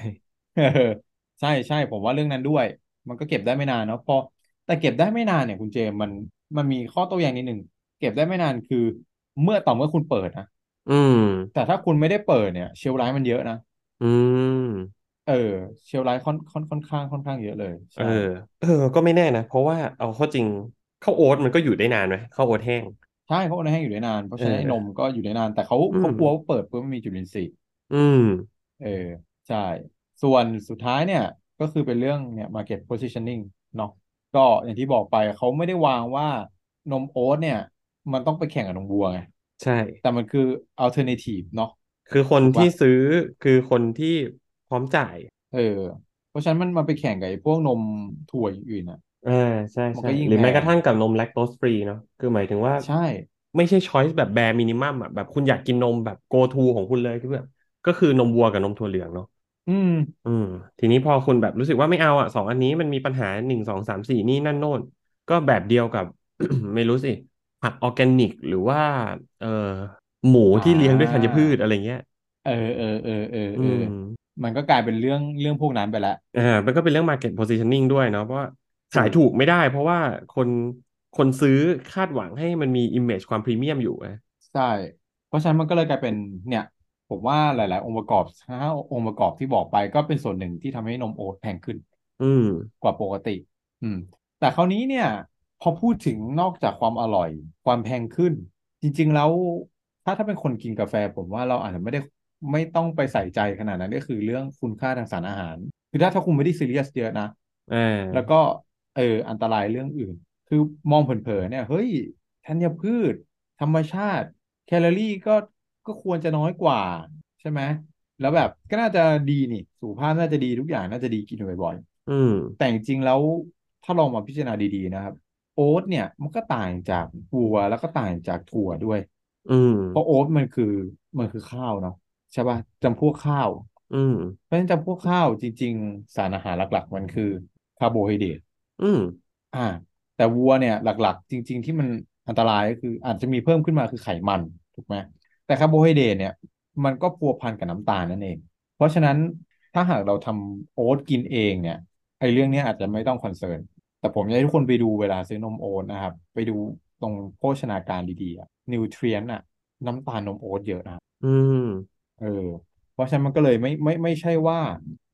Speaker 2: เออ [laughs] ใช่ใช่ผมว่าเรื่องนั้นด้วย มันก็เก็บได้ไม่นานเนาะพอแต่เก็บได้ไม่นานเนี่ยคุณเจมส์มันมันมีข้อโต้แย้งนิดหนึ่งเก็บได้ไม่นานคือ เมื่อต่อเมื่อคุณเปิดนะ
Speaker 1: อืม
Speaker 2: แต่ถ้าคุณไม่ได้เปิดเนี่ยเชลฟ์ไลฟ์มันเยอะนะ
Speaker 1: อืม
Speaker 2: เออเชลไลท์ค่อนค่อนค่อนข้างค่อนข้างเยอะเลย
Speaker 1: เออ
Speaker 2: ใช่
Speaker 1: เออ ก็ไม่แน่นะ เพราะว่าเอาเข้าจริงข้าวโอ๊ตมันก็อยู่ได้นานไหมข้าวโอ๊ตแห้ง
Speaker 2: ใช่เขาเอาในให้อยู่ได้นาน เพราะ
Speaker 1: เออ
Speaker 2: ฉะนั้นไอ้นมก็อยู่ได้นาน แต่เขา
Speaker 1: อื
Speaker 2: เขา
Speaker 1: ม
Speaker 2: กลัวว่าเปิดปุ๊บมันมีจุลินทรีย์
Speaker 1: อืม
Speaker 2: เออ ใช่ ส่วนสุดท้ายเนี่ยก็คือเป็นเรื่องเนี่ย market positioning เนาะก็อย่างที่บอกไปเขาไม่ได้วางว่านมโอ๊ตเนี่ย มันต้องไปแข่งกับนมวัวไง
Speaker 1: ใช่
Speaker 2: แต่มันคือ alternative เนาะ
Speaker 1: คือคน
Speaker 2: ถูก
Speaker 1: ที่
Speaker 2: ปะ
Speaker 1: ซื้อคือคนที่พร้อมจ่าย
Speaker 2: เออ เพราะฉะนั้นมันมันไปแข่งกับไอ้พวกนมถั่วอย่างอื่นอ่ะ
Speaker 1: อ่าใช่
Speaker 2: มัน
Speaker 1: ใช่
Speaker 2: ก็ยิ่ง
Speaker 1: หรือ
Speaker 2: แพ
Speaker 1: แม้กระ
Speaker 2: ง
Speaker 1: ทั่งกับนมแลคโตสฟรีเนาะคือหมายถึงว่า
Speaker 2: ใช่
Speaker 1: ไม่ใช่ช้อยส์แบบแบร์มินิมัมอ่ะแบบคุณอยากกินนมแบบโกทูของคุณเลยคือแบบก็คือนมวัวกับนมถั่วเหลืองเนาะ
Speaker 2: อืม
Speaker 1: อืม ทีนี้พอคุณแบบรู้สึกว่าไม่เอาอ่ะสองอันนี้มันมีปัญหาหนึ่งสองสามสี่นี่นั่นโน่น ก็แบบเดียวกับ [coughs] ไม่รู้สิผักออร์แกนิก หรือว่า เอ่อหมู
Speaker 2: อ่า
Speaker 1: ที่เลี้ยงด้วยธัญพืชอะไรเงี้ย
Speaker 2: เออเออเออเออ
Speaker 1: อื
Speaker 2: เออ
Speaker 1: ม
Speaker 2: มันก็กลายเป็นเรื่องเรื่องพวกนั้นไปแล้ว
Speaker 1: อ่ามันก็เป็นเรื่อง market positioning ด้วยเนาะเพราะว่า
Speaker 2: ถู
Speaker 1: ขาย
Speaker 2: ก
Speaker 1: ถูกไม่ได้ เพราะว่าคนคนซื้อคาดหวังให้มันมี image ความพรีเมียมอยู่อะ
Speaker 2: ใช่ เพราะฉะนั้นมันก็เลยกลายเป็น เนี่ย ผมว่าหลาย ๆ องค์ประกอบห้าองค์ประกอบที่บอกไปก็เป็นส่วนหนึ่งที่ทำให้นมโอ๊ตแพงขึ้น
Speaker 1: อืม
Speaker 2: กว่าปกติ อืม แต่คราวนี้เนี่ย พอพูดถึงนอกจากความอร่อย ความแพงขึ้น จริง ๆ แล้ว ถ้าถ้าเป็นคนกินกาแฟ ผมว่าเราอาจจะไม่ได้ไม่ต้องไปใส่ใจขนาดนั้นก็คือเรื่องคุณค่าทางสารอาหาร คือถ้าถ้าคุณไม่ได้ซีเรียสเยอะนะ
Speaker 1: อ่า
Speaker 2: แล้วก็เอออันตรายเรื่องอื่น คือมองเผินๆเนี่ย เฮ้ยธัญพืช ธรรมชาติ แคลอรี่ก็ก็ควรจะน้อยกว่า ใช่ไหมแล้วแบบก็น่าจะดีนี่สุขภาพน่าจะดีทุกอย่างน่าจะดีกินบ่อย
Speaker 1: อืม
Speaker 2: ๆ แต่จริงๆแล้วถ้าลองมาพิจารณาดีๆนะครับ โอ๊ตเนี่ยมันก็ต่างจากวัวแล้วก็ต่างจากถั่วด้วย
Speaker 1: อืม
Speaker 2: เพราะโอ๊ตมันคือมันคือข้าวเนาะใช่ป่ะจำพวกข้าว
Speaker 1: อืม
Speaker 2: เพราะฉะนั้นจำพวกข้าวจริง ๆ สารอาหารหลัก ๆ มันคือคาร์โบไฮเดรต
Speaker 1: อืม
Speaker 2: อ่า แต่วัวเนี่ย หลักๆ จริง ๆ ที่มันอันตรายก็คือ อาจจะมีเพิ่มขึ้นมาคือไขมันถูกไหมแต่คาร์โบไฮเดรตเนี่ย มันก็พัวพันกับน้ำตาลนั่นเอง เพราะฉะนั้นถ้าหากเราทำโอ๊ตกินเองเนี่ยไอ้เรื่องเนี้ยอาจจะไม่ต้องคอนเซิร์นแต่ผมอยากให้ทุกคนไปดูเวลาซื้อนมโอ๊ตนะครับ ไปดูตรงโภชนาการดีๆอะนิวเทรียนต์อะน้ำตาลนมโอ๊ตเยอะนะ
Speaker 1: อืม
Speaker 2: เออ เพราะฉะนั้นมันก็เลยไม่ไม่ไม่ใช่ว่า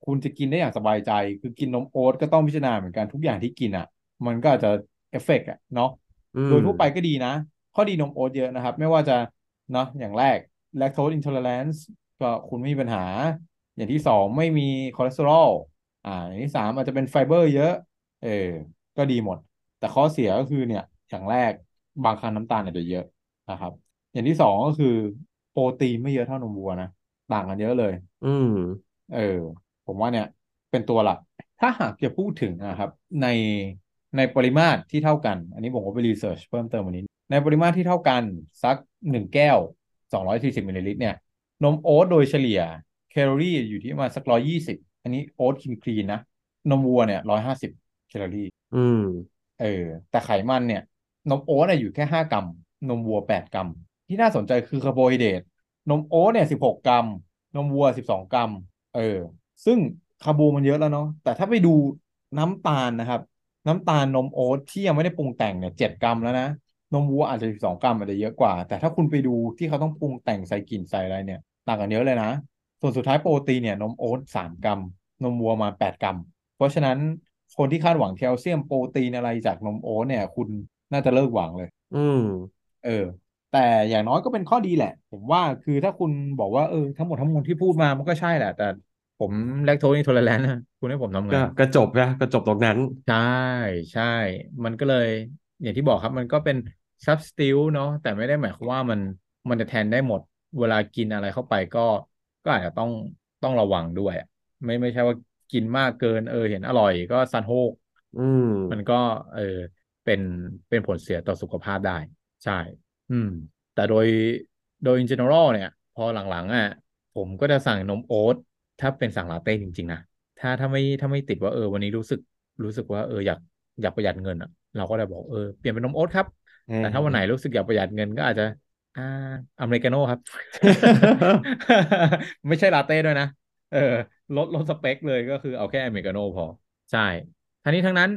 Speaker 2: คุณจะกินได้อย่างสบายใจ คือกินนมโอ๊ตก็ต้องพิจารณาเหมือนกันทุกอย่างที่กินอ่ะ มันก็อาจจะเอฟเฟกต์อ่ะเนาะ
Speaker 1: อื
Speaker 2: โด
Speaker 1: ม
Speaker 2: ยทั่วไปก็ดีนะ ข้อดีนมโอ๊ตเยอะนะครับ ไม่ว่าจะเนาะอย่างแรก lactose intolerance ก็คุณไม่มีปัญหา อย่างที่สองไม่มีคอเลสเตอรอลอ่า อย่างที่สามอาจจะเป็นไฟเบอร์เยอะ เออ ก็ดีหมด แต่ข้อเสียก็คือเนี่ย อย่างแรกบางครั้งน้ำตาลอาจจะเยอะนะครับ อย่างที่สองก็คือโปรตีนไม่เยอะเท่านมวัวนะต่างกันเยอะเลย
Speaker 1: อืม
Speaker 2: เออ ผมว่าเนี่ย เป็นตัวหลัก ถ้าหากจะพูดถึงนะครับ ในในปริมาตรที่เท่ากัน อันนี้ผมก็ไปรีเสิร์ชเพิ่มเติมวันนี้ ในปริมาตรที่เท่ากันสักหนึ่งแก้วสองร้อยสี่สิบมิลลิลิตรเนี่ย นมโอ๊ตโดยเฉลี่ย แคลอรี่อยู่ที่ประมาณสักร้อยยี่สิบอันนี้โอ๊ตคินคลีนนะนมวัวเนี่ยร้อยห้าสิบแคลอรี่
Speaker 1: อืม
Speaker 2: เออแต่ไขมันเนี่ย นมโอ๊ตเนี่ยอยู่แค่ห้ากรัม นมวัวแปดกรัม ที่น่าสนใจคือคาร์โบไฮเดรตนมโอ๊ตเนี่ยสิบหกกรัม นมวัวสิบสองกรัม เออ ซึ่งคาร์โบมันเยอะแล้วเนาะแต่ถ้าไปดูน้ำตาลนะครับ น้ำตาลนมโอ๊ตที่ยังไม่ได้ปรุงแต่งเนี่ยเจ็ดกรัมแล้วนะนมวัวอาจจะสิบสองกรัมอาจจะเยอะกว่า แต่ถ้าคุณไปดูที่เขาต้องปรุงแต่งใส่กลิ่นใส่อะไรเนี่ยต่างกันเยอะเลยนะ ส่วนสุดท้ายโปรตีนเนี่ยนมโอ๊ตสามกรัม นมวัวมาแปดกรัม เพราะฉะนั้นคนที่คาดหวังแคลเซียมโปรตีนอะไรจากนมโอ๊ตเนี่ย คุณน่าจะเลิกหวังเลย
Speaker 1: อืม
Speaker 2: เออ แต่อย่างน้อยก็เป็นข้อดีแหละ ผมว่าคือถ้าคุณบอกว่าเออทั้งหมดทั้งมวลที่พูดมามันก็ใช่แหละ แต่ผมแลคโตสอินโทรแลนต์นะคุณให้ผมทำ
Speaker 1: ก็
Speaker 2: ไง
Speaker 1: ก็จบนะก็จบตรงนั้น
Speaker 2: ใช่ใช่ มันก็เลย อย่างที่บอกครับ มันก็เป็น ซับสติลเนาะแต่ไม่ได้หมายความว่ามันมันจะแทนได้หมด เวลากินอะไรเข้าไปก็ ก็อาจจะต้องต้องระวังด้วยอะไม่ไม่ใช่ว่ากินมากเกิน เออ เห็นอร่อยก็ซันโฮก
Speaker 1: อืม
Speaker 2: มันก็เออเป็นเป็นผลเสียต่อสุขภาพได้ ใช่ อืม แต่โดยโดย in general เนี่ย พอหลังๆอ่ะผมก็จะสั่งนมโอ๊ตถ้าเป็นสั่งลาเต้จริง ๆ นะ ถ้าถ้าไม่ถ้าไม่ติดว่าเออ วันนี้รู้สึกรู้สึกว่าเอออยากอยากประหยัดเงินอ่ะ เราก็จะบอกเออเปลี่ยนเป็นนมโอ๊ตครับ แต่ถ้าวันไหนรู้สึกอยากประหยัดเงินก็อาจจะ อ่าอเมริกาโน่
Speaker 1: [laughs]
Speaker 2: ครับ ไม่ใช่ลาเต้ด้วยนะ เออ ลดลดสเปคเลยก็คือเอาแค่อเมริกาโน่พอ ใช่ ทั้งนี้ทั้งนั้น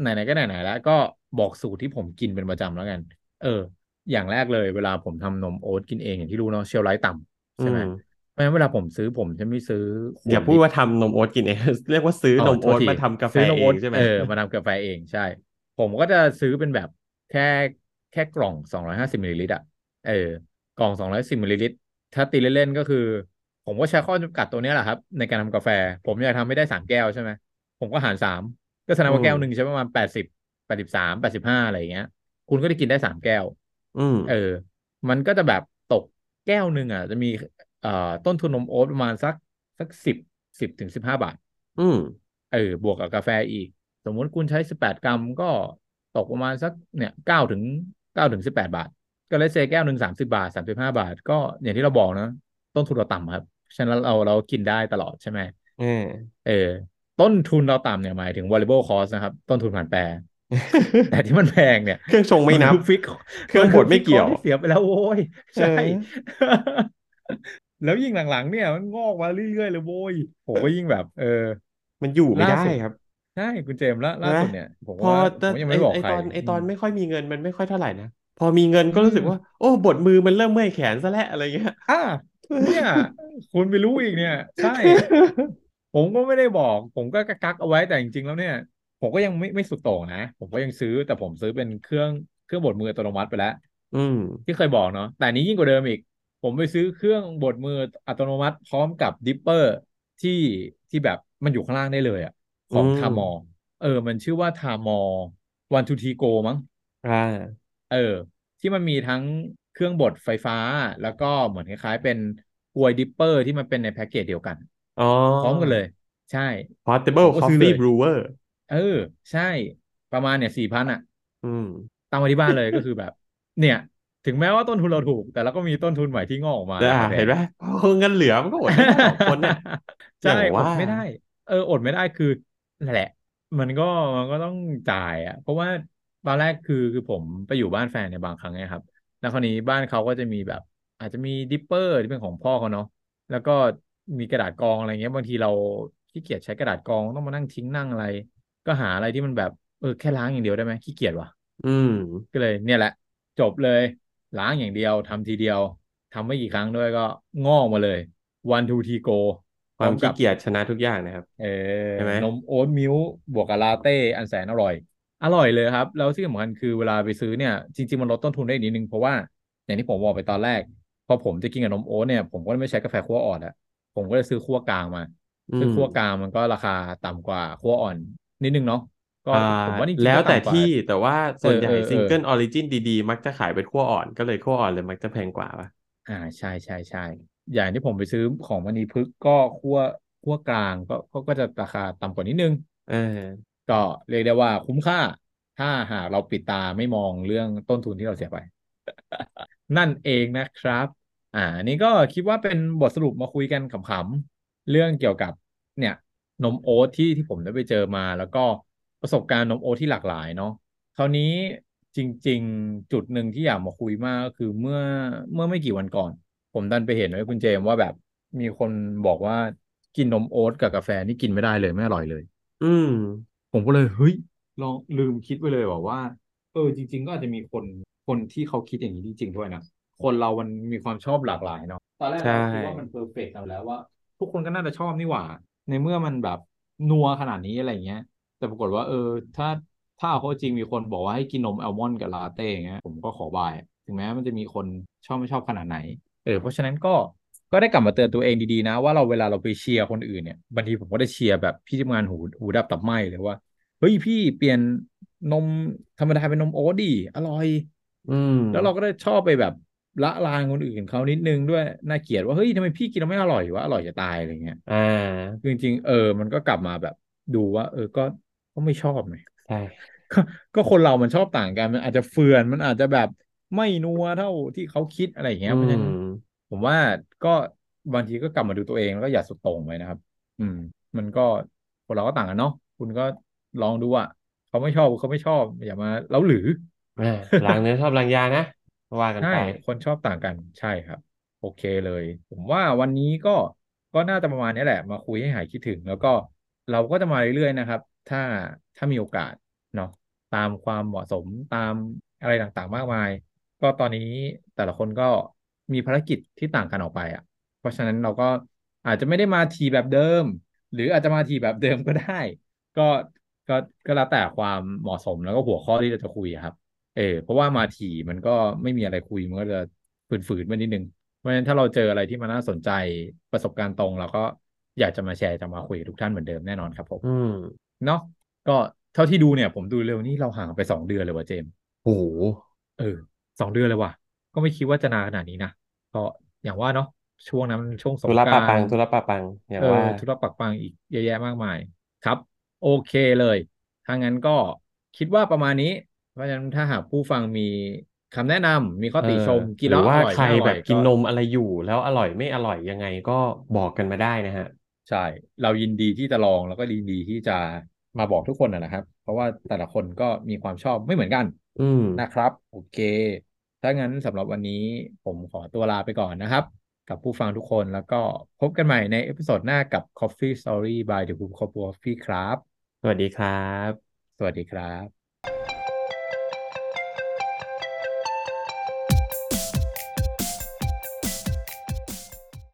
Speaker 2: ไหนๆก็ไหนๆแล้วก็บอกสูตรที่ผมกินเป็นประจำแล้วกัน เออ อย่างแรกเลยเวลาผมทำนมโอ๊ตกินเองอย่างที่รู้เนาะเชลไลท์ต่ำ
Speaker 1: อื
Speaker 2: ใช่ไหม
Speaker 1: ม
Speaker 2: เพราะฉะนั้นเวลาผมซื้อผมจะไม่ซื้อข
Speaker 1: อย่าว
Speaker 2: ด
Speaker 1: พูด
Speaker 2: ดิบ
Speaker 1: ว่าทำนมโอ๊ตกินเอง [laughs] เรียกว่าซื้อนม
Speaker 2: โท
Speaker 1: โอ๊
Speaker 2: ษ
Speaker 1: ต
Speaker 2: ที
Speaker 1: มาทำกาแฟ
Speaker 2: ซื้อนม
Speaker 1: เอ
Speaker 2: โอ๊
Speaker 1: ง
Speaker 2: ต
Speaker 1: ใช่ไหม
Speaker 2: เออมาทำกาแฟเองใช่ ผมก็จะซื้อเป็นแบบแค่แค่กล่องสองร้อยห้าสิบมิลลิลิตรอ่ะเออกล่องสองร้อยสิบมิลลิลิตรถ้าตีเล่นๆก็คือ ผมก็ใช้ข้อจำกัดตัวเนี้ยแหละครับ ในการทำกาแฟ ผมอยากทำให้ได้สามแก้วใช่ไหมผมก็หารสามก็แสดงว่าแก้วหนึ่งใช้ประมาณแปดสิบแปดสิบสามแปดสิบห้าอะไรอย่างเงี้ย คุณก็ได้กินได้สามแก้ว
Speaker 1: อืม
Speaker 2: เออ มันก็จะแบบตกแก้วหนึ่งอ่ะ จะมีเอ่อต้นทุนนมโอ๊ตประมาณสักสักสิบสิบถึงสิบห้าบาท
Speaker 1: อืม
Speaker 2: เออบวกกับกาแฟอีก สมมุติคุณใช้สิบแปดกรัมก็ตกประมาณสักเนี่ยเก้าถึงเก้าถึงสิบแปดบาท ก็เลยเซแก้วหนึ่งสามสิบาทสามสิบห้าบาท ก็อย่างที่เราบอกนะ ต้นทุนเราต่ำครับ ฉะนั้นเราเรากินได้ตลอดใช่ไหม
Speaker 1: เอ [laughs] อ
Speaker 2: เออ ต้นทุนเราต่ำเนี่ยหมายถึง variable cost นะครับ ต้นทุนผ่านแปร แต่ที่มันแพงเนี่ย
Speaker 1: เครื่องชงไม่นับ
Speaker 2: คือฟิก
Speaker 1: เครื่องบดไม่เกี่ยว
Speaker 2: มันคือฟิคอร์สที่เสียไปแล้วโว้ย ใช่ [laughs]
Speaker 1: เออ
Speaker 2: แล้วยิ่งหลังๆ เนี่ยมันงอกมาเรื่อยๆเลยโว้ยผมก็ยิ่งแบบ เออ
Speaker 1: มันอยู่ไม่
Speaker 2: ล่า
Speaker 1: ได้
Speaker 2: สุด
Speaker 1: ครับ
Speaker 2: ใช่คุณเจมส์ล่าล่า
Speaker 1: นะ
Speaker 2: สุดเนี่ย ผม
Speaker 1: พอ
Speaker 2: ว่าผ
Speaker 1: แต่
Speaker 2: มยัง
Speaker 1: ไอ
Speaker 2: ไม่บอก
Speaker 1: ไอ
Speaker 2: ใคร
Speaker 1: ตอนไอ
Speaker 2: อื
Speaker 1: ตอ
Speaker 2: ม
Speaker 1: นไม่ค่อยมีเงินมันไม่ค่อยเท่าไหร่นะ พอมีเงิน
Speaker 2: อื
Speaker 1: ก็รู้สึก
Speaker 2: ม
Speaker 1: ว่า โอ้บทมือมันเริ่มเมื่อยแขนซะแล้วอะไรเงี้ย
Speaker 2: อ่ะเนี่ย คุณไปรู้อีกเนี่ย ใช่
Speaker 1: [laughs]
Speaker 2: ผมก็ไม่ได้บอก ผมก็กักๆเอาไว้แต่จริงๆแล้วเนี่ย ผมก็ยังไม่ไม่สุดโต่งนะ ผมก็ยังซื้อแต่ผมซื้อเป็นเครื่องเครื่องบดมืออัตโนมัติไปแล้ว
Speaker 1: อืม
Speaker 2: ที่เคยบอกเนาะแต่อันนี้ยิ่งกว่าเดิมอีก ผมไปซื้อเครื่องบดมืออัตโนมัติ พร้อมกับดิปเปอร์ที่ที่แบบมันอยู่ข้างล่างได้เลยอ่ะข
Speaker 1: อื
Speaker 2: อง
Speaker 1: ม
Speaker 2: ทามอเออ มันชื่อว่าทามอวันทูทีโกมั้ง
Speaker 1: อ่า
Speaker 2: เออ ที่มันมีทั้งเครื่องบดไฟฟ้า แล้วก็เหมือนคล้ายๆ เป็นกรวยดิปเปอร์ที่มันเป็นในแพ็กเกจเดียวกัน
Speaker 1: อ๋อ
Speaker 2: พร้อมกันเลย ใช่ ผ
Speaker 1: Portable
Speaker 2: มก็ซื้อเล
Speaker 1: Coffee
Speaker 2: ย
Speaker 1: Brewer
Speaker 2: เออ ใช่ ประมาณเนี่ยสี่พันอ่ะ
Speaker 1: อืม
Speaker 2: ตั้งไว้ที่บ้านเลยก็คือแบบ เนี่ย ถึงแม้ว่าต้นทุนเราถูก แต่เราก็มีต้นทุนใหม่ที่งอกออกมา
Speaker 1: อ่า
Speaker 2: ราคาแพ
Speaker 1: เห็น
Speaker 2: ง
Speaker 1: ไหมพอเงินเหลือมันก็อดไม่ได้หรอกคนน่ะ อ
Speaker 2: [laughs] ใช่
Speaker 1: ย่าง
Speaker 2: อด
Speaker 1: ว่า
Speaker 2: ไม่ได้ เออ อดไม่ได้คือนั่นแหละ มันก็มันก็ต้องจ่าย อ่ะ เพราะว่าตอนแรกคือคือผมไปอยู่บ้านแฟนในยบางครั้งเนี่ยครับ แล้วคราวนี้บ้านเขาก็จะมีแบบ อาจจะมีดิปเปอร์ที่เป็นของพ่อเขาเนาะแล้วก็มีกระดาษกรองอะไรเงี้ยบางทีเราขี้เกียจใช้กระดาษกรองต้องมานั่งทิ้งนั่งอะไร ก็หาอะไรที่มันแบบเออแค่ล้างอย่างเดียวได้ไหมขี้เกียจว่ะ
Speaker 1: อืม
Speaker 2: ก็เลย เนี่ยแหละ จบเลย ล้างอย่างเดียวทำทีเดียวทำไม่กี่ครั้งด้วยก็งอกมาเลย one two three go
Speaker 1: ค
Speaker 2: พร้
Speaker 1: วา
Speaker 2: อ
Speaker 1: ม
Speaker 2: มกั
Speaker 1: ขี้
Speaker 2: บ
Speaker 1: เกียจชนะทุกอย่างนะครับ
Speaker 2: เออ
Speaker 1: ใช่ไหม
Speaker 2: นมโอ๊ตมิลค์บวกกับลาเต้ อันแสนอร่อย อร่อยเลยครับ แล้วที่สำคัญคือเวลาไปซื้อเนี่ย จริง ๆ มันลดต้นทุนได้อีกนิดนึง เพราะว่า อย่างที่ผมบอกไปตอนแรก พอผมจะกินกับนมโอ๊ตเนี่ย ผมก็ไม่ใช้กาแฟคั่วอ่อนอะผมก็จะซื้อคั่วกลางมา
Speaker 1: อื
Speaker 2: ซึ่ง
Speaker 1: ม
Speaker 2: คั่วกลางมันก็ราคาต่ำกว่าคั่วอ่อนนิดนึงเนาะก็
Speaker 1: อ่า
Speaker 2: ผมว่าจริ
Speaker 1: แล้
Speaker 2: ง
Speaker 1: ว
Speaker 2: ๆก็
Speaker 1: แต่
Speaker 2: ต่ำกว่า
Speaker 1: ที่แต่ว่า
Speaker 2: เอ
Speaker 1: ส่
Speaker 2: อ
Speaker 1: วนใหญ่
Speaker 2: เออ
Speaker 1: ซิ
Speaker 2: เองอ
Speaker 1: เกิลออริจินดีๆ มักจะขายเป็นคั่วอ่อนก็เลยคั่วอ่อนเลยมักจะแพงกว่าป่ะ
Speaker 2: อ่าใช่ใช่ใช่อย่างที่ผมไปซื้อของมณีพฤกษ์ก็คั่วคั่วกลางก็ก็ก็จะราคาต่ำกว่านิดนึง
Speaker 1: เออ
Speaker 2: ก็เรียกได้ว่าคุ้มค่า ถ้าหากเราปิดตาไม่มองเรื่องต้นทุนที่เราเสียไป [laughs] นั่นเองนะครับ อ่าอันนี้ก็คิดว่าเป็นบทสรุปมาคุยกันขำๆ เรื่องเกี่ยวกับเนี่ยนมโอ๊ตที่ที่ผมได้ไปเจอมา แล้วก็ประสบการณ์นมโอ๊ตที่หลากหลายเนาะคราวนี้จริงๆจุดหนึ่งที่อยากมาคุยมากก็คือเมื่อเมื่อไม่กี่วันก่อน ผมดันไปเห็นไว้คุณเจมส์ว่าแบบมีคนบอกว่ากินนมโอ๊ตกับกาแฟนี่กินไม่ได้เลยไม่อร่อยเลย
Speaker 1: อืม
Speaker 2: ผมก็เลยเฮ้ยลองลืมคิดไปเลยบอกว่า เออ จริง ๆ ก็อาจจะมีคนคนที่เขาคิดอย่างนี้จริง ๆ ด้วยนะ คนเรามันมีความชอบหลากหลายเนาะตอนแรก
Speaker 1: ใช่
Speaker 2: เราก็คิดว่ามันเพอร์เฟกต์เอาแล้วว่า ทุกคนก็น่าจะชอบนี่หว่า ในเมื่อมันแบบนัวขนาดนี้อะไรอย่างเงี้ย แต่ปรากฏว่า เออ ถ้าถ้าเอาเข้าจริงมีคนบอกว่าให้กินนมแอลมอนด์กับลาเต้อย่างเงี้ยผมก็ขอบาย ถึงแม้มันจะมีคนชอบไม่ชอบขนาดไหน เออเพราะฉะนั้นก็ก็ได้กลับมาเตือนตัวเองดีๆนะ ว่าเราเวลาเราไปเชียร์คนอื่นเนี่ยบางทีผมก็ได้เชียร์แบบพี่ทีมงานหูหูดับตับไหม้เลยว่า เฮ้ยพี่เปลี่ยนนมธรรมดาเป็นนมโอ๊ตดิอร่อย
Speaker 1: อืม
Speaker 2: แล้วเราก็ได้ชอบไปแบบละลานคนอื่นเขานิดนึงด้วยน่าเกลียดว่าเฮ้ยทำไมพี่กินแล้วไม่อร่อยวะอร่อยจะตายอะไรเงี้ย
Speaker 1: อ่า
Speaker 2: คือจริงๆเออ มันก็กลับมาแบบดูว่า เออก็ก็ไม่ชอบไง
Speaker 1: ใช่
Speaker 2: ก็ก็คนเรามันชอบต่างกัน มันอาจจะเฟื่อนมันอาจจะแบบไม่นัวเท่าที่เขาคิดอะไรอย่างเงี้ย
Speaker 1: อื
Speaker 2: เพราะ
Speaker 1: ม
Speaker 2: ฉะนั้นผมว่าก็บางทีก็กลับมาดูตัวเองแล้วก็อย่าสุดโต่งไปนะครับ อืม มันก็คนเราก็ต่างกันเนาะคุณก็ลองดูอ่ะเขาไม่ชอบเขาไม่ชอบ อย่ามาเล้าหรือ
Speaker 1: อ่าล้างเนื้อชอบล้างยานะว่ากัน
Speaker 2: ใช่
Speaker 1: ไป
Speaker 2: คนชอบต่างกันใช่ครับ โอเคเลย ผมว่าวันนี้ก็ก็น่าจะประมาณนี้แหละ มาคุยให้หายคิดถึง แล้วก็เราก็จะมาเรื่อยๆนะครับ ถ้าถ้ามีโอกาสเนาะตามความเหมาะสมตามอะไรต่างๆมากมาย ก็ตอนนี้แต่ละคนก็มีภารกิจที่ต่างกันออกไปอ่ะ เพราะฉะนั้นเราก็อาจจะไม่ได้มาทีแบบเดิม หรืออาจจะมาทีแบบเดิมก็ได้ ก็ก็ก็แล้วแต่ความเหมาะสมแล้วก็หัวข้อที่เราจะคุยอะครับ เออเพราะว่ามาถี่มันก็ไม่มีอะไรคุยมันก็จะฝืนๆไปนิดนึงเพราะฉะนั้นถ้าเราเจออะไรที่มันน่าสนใจประสบการณ์ตรงเราก็อยากจะมาแชร์จะมาคุยกับทุกท่านเหมือนเดิมแน่นอนครับผม
Speaker 1: อืม
Speaker 2: เนาะก็เท่าที่ดูเนี่ย ผมดูเร็วนี่เราห่างกันไปสองเดือนเลยว่ะเจมส์
Speaker 1: โห
Speaker 2: เออสองเดือนเลยว่ะ ก็ไม่คิดว่าจะนานขนาดนี้นะก็อย่างว่าเนาะช่วงนั้นมันช่วงส
Speaker 1: ธุ
Speaker 2: ง
Speaker 1: ระ
Speaker 2: กรา
Speaker 1: ปะปั
Speaker 2: น
Speaker 1: ง
Speaker 2: ต์
Speaker 1: ธุระปะปัง อย่า
Speaker 2: เอง อ
Speaker 1: ว่า
Speaker 2: ธุระปักปังอีกเยอะแยะมากมายครับ โอเคเลยถ้างั้นก็คิดว่าประมาณนี้ เพราะฉะนั้นถ้าหากผู้ฟังมีคำแนะนำมีข้
Speaker 1: เอ
Speaker 2: อ
Speaker 1: อ
Speaker 2: ติชม กิน
Speaker 1: หรื
Speaker 2: แล้
Speaker 1: อ
Speaker 2: วอ
Speaker 1: ว่า
Speaker 2: ร่อย
Speaker 1: ใคร
Speaker 2: ไม่อร่
Speaker 1: แบ
Speaker 2: อย
Speaker 1: บกิ
Speaker 2: ก็
Speaker 1: นนมอะไรอยู่แล้วอร่อยไม่อร่อยยังไงก็บอกกันมาได้นะฮะ
Speaker 2: ใช่ เรายินดีที่จะลองแล้วก็ยินดีที่จะมาบอกทุกคนนะนะครับ เพราะว่าแต่ละคนก็มีความชอบไม่เหมือนกัน
Speaker 1: อืม
Speaker 2: นะครับ โอเค ถ้างั้นสำหรับวันนี้ผมขอตัวลาไปก่อนนะครับ กับผู้ฟังทุกคนแล้วก็พบกันใหม่ในเอพิโซดหน้ากับ Coffee Story by The Book Coffee ครับ
Speaker 1: สวัสดีครับ
Speaker 2: สวัสดีครับ